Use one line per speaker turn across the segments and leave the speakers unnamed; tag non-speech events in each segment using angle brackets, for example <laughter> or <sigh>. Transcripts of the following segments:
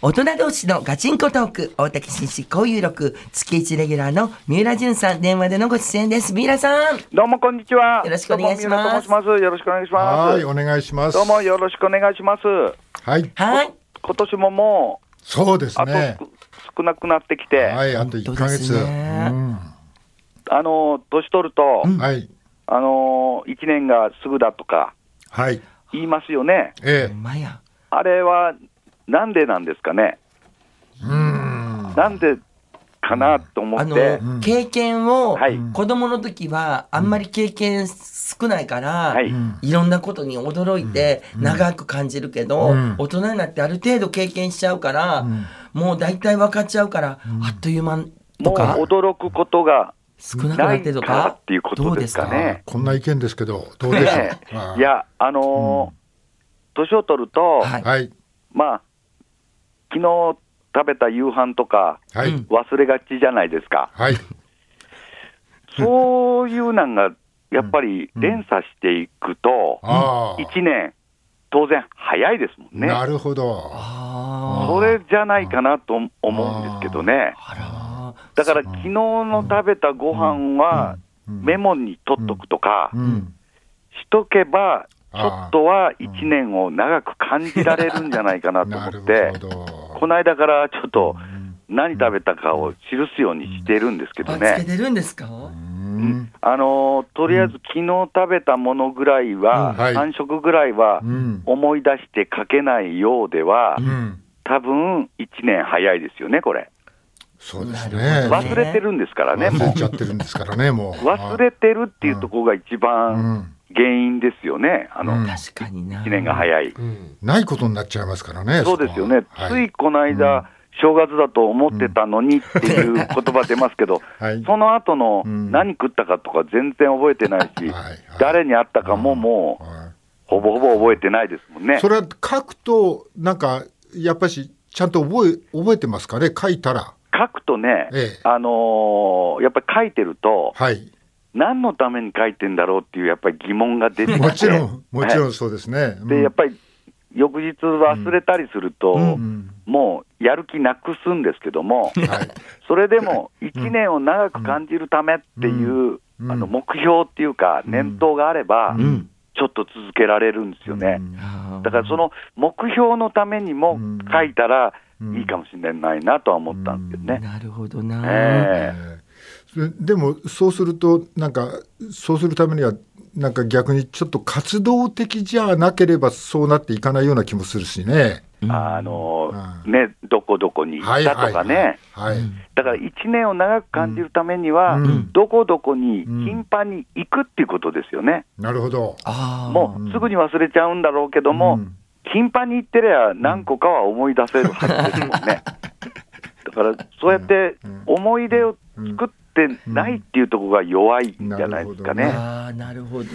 大人同士のガチンコトーク、大竹紳士交友録、月一レギュラーの三浦淳さん、電話でのご出演です。三浦さん。
どうもこんにちは。
よろしくお願いします
どうも三浦と申します。よろしくお願いしま
は
す
い、。お願いします。
どうもよろしくお願いします。
はい、
はい。
今年ももう、
そうです
あと
ね。
少なくなってきて、
はい、あと一ヶ月。
本当ですね
あの、年取ると、
うんはい、
あの、一年がすぐだとか
はい、
言いますよね。
え
ほ
え、
んまや。
あれは、なんでなんですかね。
うーん、
なんでかなと思
あ
っ
の、
て、
ん
経験を、
はい
子供の時はあんまり経験少ないから、
はいい、
ろんなことに驚いて長く感じるけど、
うん
大人になってある程度経験しちゃうから、
ん
もう大体分かっちゃうから、あっという間
も
と
う
か
驚くことが
少なくな
な
っ
い
て
か
と
ら
か
っていうことですかね。
こんな意見ですけど、どうでしょう
ね。
あー
い、や、あのー年を取ると、
はい
はい、
まあ、昨日食べた夕飯とか、
は
う
い
ん、
忘れがちじゃないです
<laughs>
か、
はい、
そういうなんがやっぱり連鎖していくと、
ああ、
1年、当然早いですもんね、
なるほど。
あ
それじゃないかなと思うんですけどね、
ああ
だから昨日の食べたご飯は
うん
メモに取っとくとか
うん、
しとけば、ちょっとは
ー
1年を長く感じられるんじゃないかなと
<laughs> なる
思って、
ほど。
この間からちょっと
うん
何食べたかを記すようにしてるんですけど
ら、あつけ
ね、
てるんですか、
うん、
あのーとりあえず昨日食べたものぐらいは、
うんはい
3食ぐらいは
うん、
思い出して書けないようでは、
うん、
多分1年早いですよね、これ。
そうです
なるほ。
ね
ど
忘れてるんですからね、
忘
も
れちゃってるんですからね、もう。
う。忘れてるっていうところが一
あーう
番
ん、
原因ですよね、あの、
うん
確かにな
1年が早い。
ないことになっちゃいますからね。
そうですよね、
こは
つ
はい
この間、正月だと思ってたのにっていう言葉出ますけど、
はい
その後の
うん
何食ったかとか全然覚えてないし、
はいはい
誰に会ったかももう、
はい
ほぼほぼ覚えてないですもんね
そ。れは書くと、なんか、やっぱし、ちゃんと覚え、覚えてますかね、書いたら。
書くとね、
ええ
あのーやっぱり書いてると、
はい。
何のために書いてんだろうっていう、やっぱり疑問が出てきて、
もちろん、もちろ
<laughs> は
んそうですね。
いでやっぱり翌日忘れたりすると、
うん
もうやる気なくすんですけど
<laughs>
も、
うんはい。
それでも1年を長く感じるためっていう、
うん
あの目標っていうか、念頭があれば、
うん
ちょっと続けられるんですよね。だからその目標のためにも
うん
書いたら
うん
いいかもしれないなとは思ったんですけどね。
なるほどな、
ええ
ええでも、そうすると、なんか、そうするためには、なんか逆にちょっと活動的じゃなければそうなっていかないような気もするしね。
あの
う
ね、どこどこに行
は
っ
い
たとかね、
はい。はい
だから1年を長く感じるためには、
うん
どこどこに
うん
頻繁に行くっていうことですよね、
なるほど。
ああ
もうすぐに忘れちゃうんだろうけども、
うん
頻繁に行ってりゃ、何個かは思い出せるはずですもん
<laughs>
ね。だからそうやって思い出を作ってないっていうところが弱いんじゃないですかね。
うんなるほどね
ああなるほどね、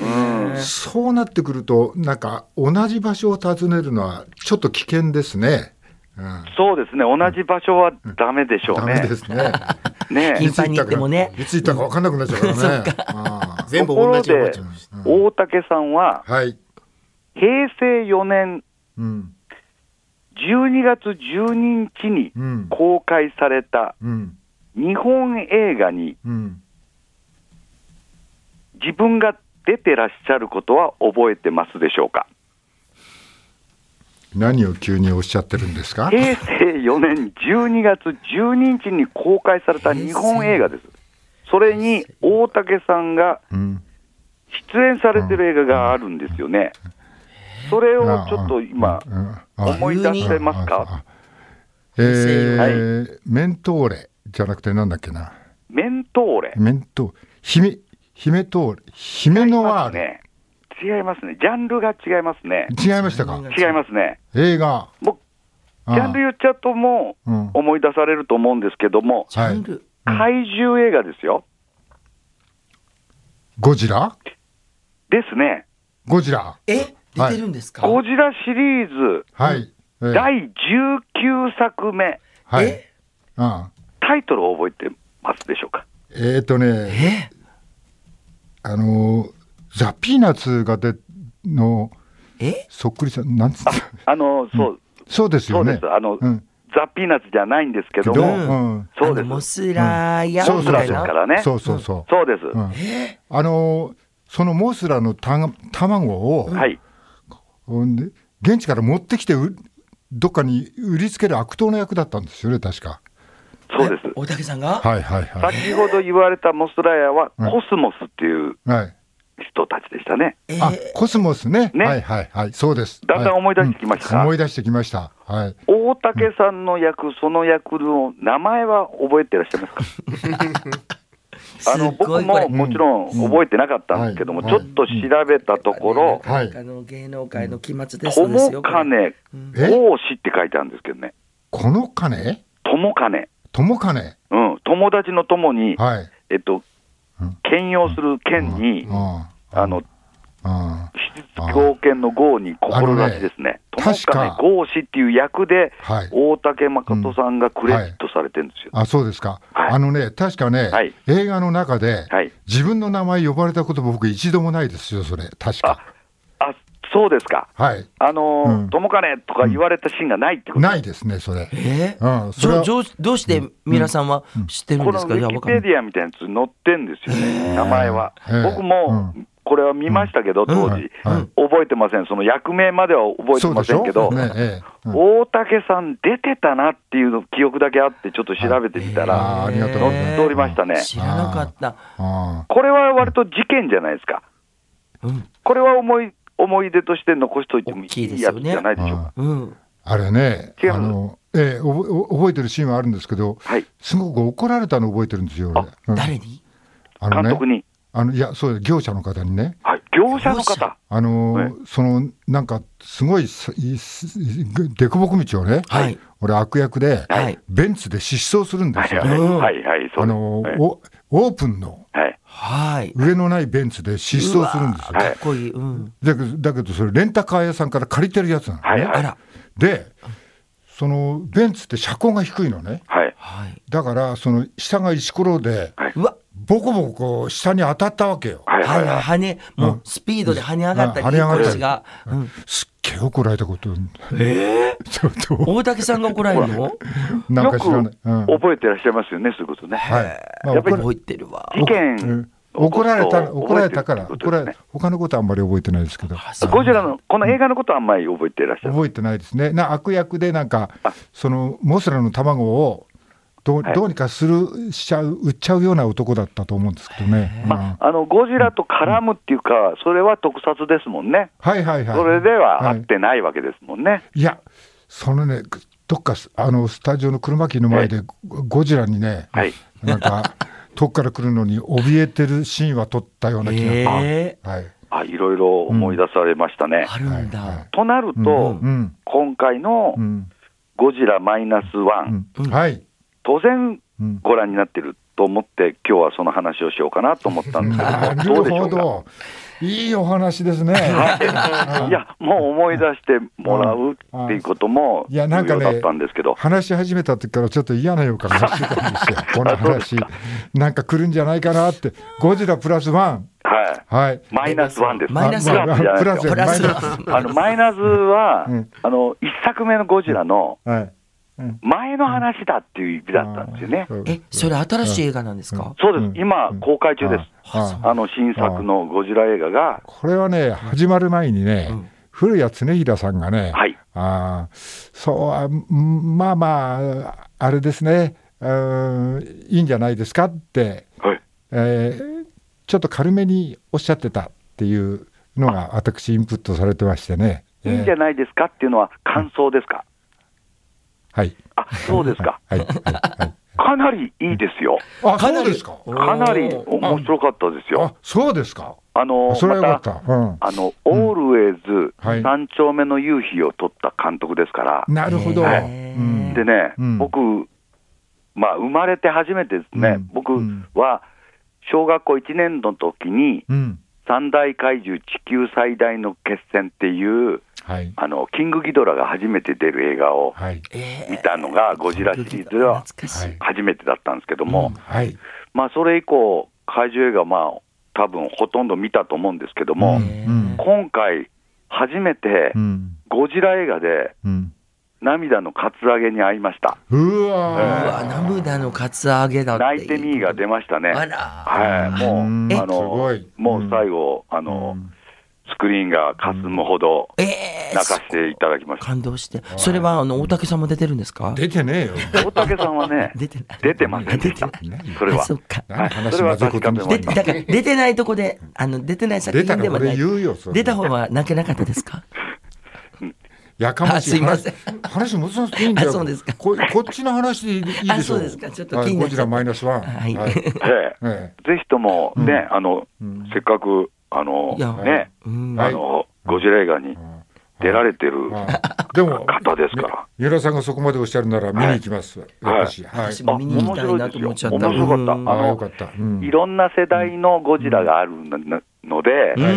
うん
そうなってくると、なんか同じ場所を訪ねるのはちょっと危険ですね。うん、
そうですね、同じ場所はダメでしょう
ダメ
ね
で。すね。
ね
頻繁に行ってもね
いつ行ったか分かんなくなっちゃうからね。あ
全部同じになっちゃいました。
あうん
大竹さんは、
はい。
平成4年
うん。
12月12日に
うん。
公開された
うん。
日本映画に
うん。
自分が出てらっしゃることは覚えてますでしょうか。
何を急におっしゃってるんですか
平成4年12月12日に公開された日本映画です。それに大竹さんが
うん。
出演されてる映画があるんですよね。それをちょっと今、
うんあ
思い出せますか
ああえー、メントーレじゃなくてなんだっけな。
メントーレ。
メントーレ、姫、姫トーレ、姫ノワール。
ね。違いますね。ジャンルが違いますね。
違いましたか
違いますね。
映画。
もう、
あ
ジャンル言っちゃうともう
うん
思い出されると思うんですけども、
ジャンル、
怪獣映画ですよ。
ゴジラ
ですね。
ゴジラ。
え出てるんですか、
ゴジラシリーズ
はい。ええ
第19作目。
はい。
え
うん
タイトルを覚えてますでしょうか。
えっと
え
ね、あのーザ・ピーナッツがでの
え
そっくりさん、なんつった
あの、そう、
そうですよね。
そうですあの
うん
ザ・ピーナッツじゃないんですけど
けど
も、
うん
そうで
あのモ
す。
スラーや
うん
モ
み
ス
た
ラ
い
です
な、
からね。
そうそうそう。
そうです。
うんあのーそのモスラのた卵を、
はい。
ほんで現地から持ってきてうどっかに売りつける悪党の役だったんですよね確か。
そうです。
大竹さんが、
はいはいはい。
先ほど言われたモスラヤは、
うん
コスモスっていう
はい。
人たちでしたね。
えー
あコスモスね
ね
はいはいはいそうです。
だんだん思い出してきました
はいうん思い出してきました。はい。
大竹さんの役、その役の名前は覚えてらっしゃいますかあの
すっご
僕
いこれ
ももちろん覚えてなかったんですけども、
うん
ちょっと調べたところ、
はい
あの芸能界の期末テストですよ。
友
これ
金
え
王子って書いてあるんですけどね、
この金
友金、
友金
うん、友達の友に、
はい。
えっと
うん、
兼用する兼に、
うん
あの、
うん
七つ狂犬の豪に志ですね、
あの
友
ね
金豪志っていう役で、
はい。
大竹誠さんがクレジットされてるんですよ。
あそうですか、
はい
あのね、確かね、
はい
映画の中で、
はい
自分の名前呼ばれたこと、僕、一度もないですよ、それ、確か。
あそうですか、
はい、
あの
うん
ー、友金とか言われたシーンがないってこと
ないですね、それ。
え
うん、
じ
それ
ょ
は
じょどうして皆さんは知ってるん
こ
で
の
す
ウ
か、いやわ
ィキ
かん
ペ
ない
ディアみたいなやつ載ってんですよね、名前は
へー。
僕もこれは見ましたけど、当時、
うん
覚えてません、その役名までは覚えて
そう
ま
でし
せん
ょ
けど、
ねええうん
大竹さん、出てたなっていうの記憶だけあって、ちょっと調べてみた
あー
ら、
ありがとうございます
載っておりましたね。
知らなかった。
あ
これは割と事件じゃないですか、
うん、
これは思い思い出として残しといてもい
大きいで
い
す
や
よ
つ
ね
じゃないでしょう
ー
か。
うん、
あれね、
違う
あのええおぼお覚えてるシーンはあるんですけど、
はい
すごく怒られたの覚えてるんですよ、俺
あ
うん
誰に
あのね
監督に、
あのいや、そう業者の方にね、
はい、業者の
業者
方、
あの
はい
そのなんか、すごいさいす凸凹道をね、
はい
俺、悪役で、
はい
ベンツで失踪するんで
は
す
い
よ。
はい
うん
はいはい、そうで
あ
す
の
はい
おオープンの
はい、
はい。
上のないベンツで失踪するんですよ
うわーかっこいい。うん。
だけど。だけどそれレンタカー屋さんから借りてるやつなのね。
はいはい
あら、
でそのベンツって車高が低いのね
はい、
はい。
だからその下が石ころで
はいう
わ、
ボコボコ下に当たったわけよ。
はい、
は
はい
い、
はい、
跳ね、もうスピードで跳ね上がったり、
うん跳ね上がったり
腰が。うん
すっげえ怒られたこと
えー
ちょ
<laughs>
っと
大竹さんが怒られるの
なん
よ
か
く
知らない。うん
覚えてらっしゃいますよね、そういうことね。
はいまあ
やっぱり
怒ら
覚えてるわ。
事
う
件
ん、怒られ
の
た
ことを
怒られたから
覚えて
怒
るってことで
ら
すね
れ他のことはあんまり覚えてないですけど。
あそう
ゴジラのこの映画のことはあんまり覚えてらっしゃる。
覚えてないですね、な悪役でなんか、そのモスラの卵をどう,、
はい
どうにかするしちゃう、売っちゃうような男だったと思うんですけどね。うん
まあ、あのゴジラと絡むっていうか、それは特撮ですもんね、
はいはいはい。
それでは合
い
ってないわけですもんね。
いや、そのね、どっかすあのスタジオの車機の前で、ゴゴジラにね、
はい
な
<laughs>
んか、遠くから来るのに怯えてるシーンは撮ったような気が、
え
はい
あいろいろ思い出されましたね
ー、。あるん
はいは
だ。
となると、
うん
今回の
うん
ゴジラマイナスワン、
うんはい、
当然
うん
ご覧になってると思って、今日はその話をしようかなと思ったんですけ
<laughs> な
ど、ど
る
うでしょ
ほ
うか。
ど、いいお話です
<laughs>
ね。
いや、もう思い出してもらうっていうことも
い
重
やなんか
要
ね
だったんですけど、
話し始めた時からちょっと嫌な予感がして
<laughs>
たんですよ、この話、なんか来るんじゃないかなって、ゴジラプラスワン、
はい、
はい、
マイナスワンです。
マイナスワン
あ
プラスじゃない
プ
で
ラ
す
ス
よ
や
プラス
マイナス
あのマイナスは、
うん
あの一作目のゴジラの
はい、
前の話だっていう意味だったんですよね。
そう
え、それ新しい映画なんですか
そうで
うん
す、今、公開中です。
ああ
あの新作のゴジラ映画が、
これはね、始まる前にね、
うん
古谷恒平さんがね、
はい
ああそうあ、んまあまあ、あれですね、うんいいんじゃないですかって、
はい
えーちょっと軽めにおっしゃってたっていうのが、私、インプットされてましてね。
いいんじゃないですかっていうのは感想ですか。
はい。
あ、そうですか。
はい。はいはい、
かなりいいですよ。
あ、
か
そ
な
う
り
ですか。
かなり面白かったですよ
あ。、そうですか。
あの
あそれはよか
ま
ったた。うん。
あの、オールウェイズ
はい
三丁目の夕日を撮った監督ですから、
なるほど。う
はい
ん
でね、
うん
僕、まあ、生まれて初めてですね、
うん
僕
うん
は小学校1年の時に、
うん。
三大怪獣地球最大の決戦っていう、
はい。
あのキングギドラが初めて出る映画を
はい。
え
見たのが、ゴジラシリーズでは
懐かしい。
初めてだったんですけども、
はい。
まあ、それ以降、怪獣映画、まあ多分ほとんど見たと思うんですけども、
うん
今回、初めて
うん。
ゴジラ映画で、
うん。
涙のカツアゲに会いました。
う
う
わ
わ、涙のカツアゲだって。
泣いてみーが出ましたね。
あら。
はい、もう、
うん
あ
すご
の
い、
もう最後、あ
ー
の、スクリーンがかすむほど
ええ
泣かしていただきました。
感動して。それは、あの、大竹さんも出てるんですか
出てねえよ。
大竹さん
<laughs>
はね、
出てない。
出てませんでした
出てない。
それは
あ。そっか。
はい
何話混ぜことにし
で
て
それ
ん
は確かめ
だ
まし
だ
から出てないとこで、あの出てない作
出た
品で
ら
は
こ
な
れ
い。
言うよ。それ
出た方は泣けなかったですか。
やかまし
あ
い。
すいません
話話戻さなくていいんだよ。
あそうですか
ここっちの話でいいでしょ
あそうですかちょっと
はい
気になっ
ゴ
ちゃ
ジ
った
ラマイナスワン。
はい
え
ええ
え
ぜひともね、あの、
ん
せっかく、あの
いや、
ね、
うん。
は
あ
い
の、ゴジラ映画に出られてる
はいでも
方ですから。
三浦さんがそこまでおっしゃるなら見に行きます。私。はい。
私も見に行きたいなと思っちゃった。
面白かった
うん
あ
あ
の
あよかった。うん
いろんな世代のゴジラがあるので、
うん。
う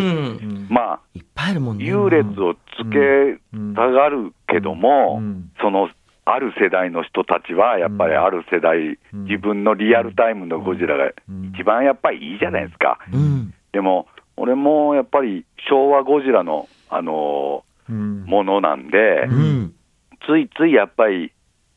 ん
まあ、
いっぱいあるもんね。
優劣をつけたがるけども、
うん
そのある世代の人たちは、やっぱりある世代、
うん
自分のリアルタイムのゴジラが
うん
一番やっぱりいいじゃないですか。
うん。
でも、俺もやっぱり昭和ゴジラの、あの
うん
ーものなんで、
うん。
ついついやっぱり、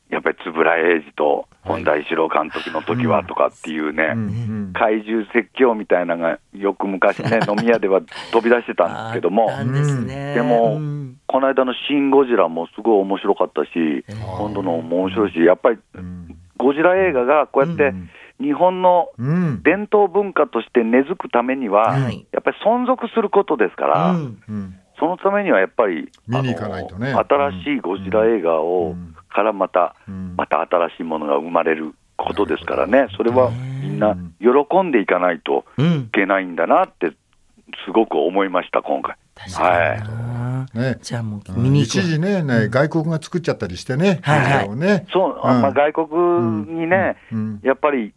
やっぱり円谷英二と本田一郎監督の時はとかっていうね、
うんうん
怪獣説教みたいなのが、よく昔
<laughs>
ね、飲み屋では飛び出してたんですけども
あっ。たんですね。
でも
うん
この間の「シン・ゴジラ」もすごい面白かったし、
ー
今度のも面白いし、やっぱりゴジラ映画がこうやっ
う
て日本の
うん
伝統文化として根付くためには、
はい
やっぱり存続することですから、
うん
うん
そのためにはやっぱり、
見に行かないとね
あの新しいゴジラ映画を、
うん
からまた、
うん
また新しいものが生まれることですからね、それはみんな喜んでいかないと
うん
い。けないんだなって、すごく思いました、今回。
確かに
はい
な。
ね
じゃあもう
うん
見に行こ
一
う。
時ねね外国が作っちゃったりしてね。
はいはい
ゴジラをね。
そう、
ん
まあ、外国にね、
うん
やっぱり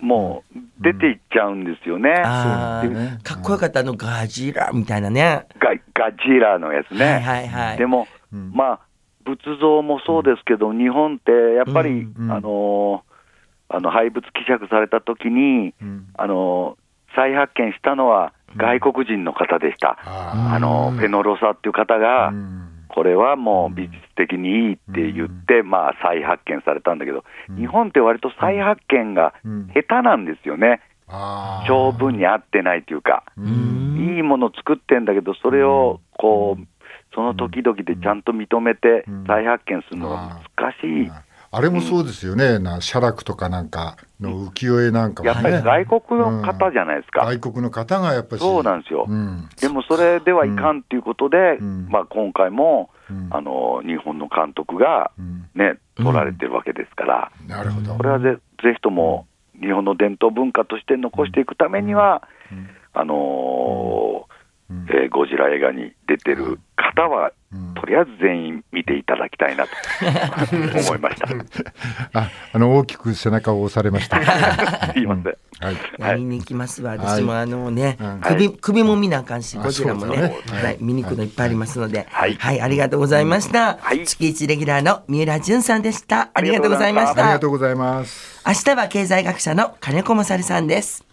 もう出ていっちゃうんですよね、
あ
そうなんだよ
あ
ね、
かっこよかったあのガジラみたいなね。
ガガジラのやつね。
はいはいはい。
でも、
うん
まあ、仏像もそうですけど、日本ってやっぱり、
うん
うん
あのーあの廃仏希釈された時に、
うん
あのー再発見したのは外国人の方でした、
あ
あのーフェノロサっていう方が、
ーうん
これはもう美術的にいいって言って、まあ、再発見されたんだけど、日本って割と再発見が
うん
下手なんですよね、
あー
性分に合ってないというか、
う
うん
ん。
いいもの作ってんだけど、それをこう、その時々でちゃんと認めて
うん
再発見するのが難しい。
あれもそうですよね、な写楽とかなんかの浮世絵なんかも
や
ね、
っぱり外国の方じゃないですか。
外国の方がやっぱり
そうなんですよ。
うん
でもそれではいかんということで、
うん
まあ今回も、
うん
あの、日本の監督が
うん
ね、取られてるわけですから、
なるほど
これはぜぜひとも日本の伝統文化として残していくためには、あのー
うん
えーゴジラ映画に出てる方は、
うん
とりあえず全員見ていただきたい
<laughs>
なと思いました。
ああの大きく背中を押され
<laughs>
ました
すいません。
はい
いや見に行きますわ。
はい
私もあのね
うん、
首、首も見なあかんし、
あ
こちらもね、
そ
は
うだ
い
ね
はい見に行くのいっぱいありますので、は、
はいい
ありがとうございました。
はい
月一レギュラーの三浦淳さんでした。ありがとうございまし
あ
あり
た
が。とうございます
明日は経済学者の金子勝さんです。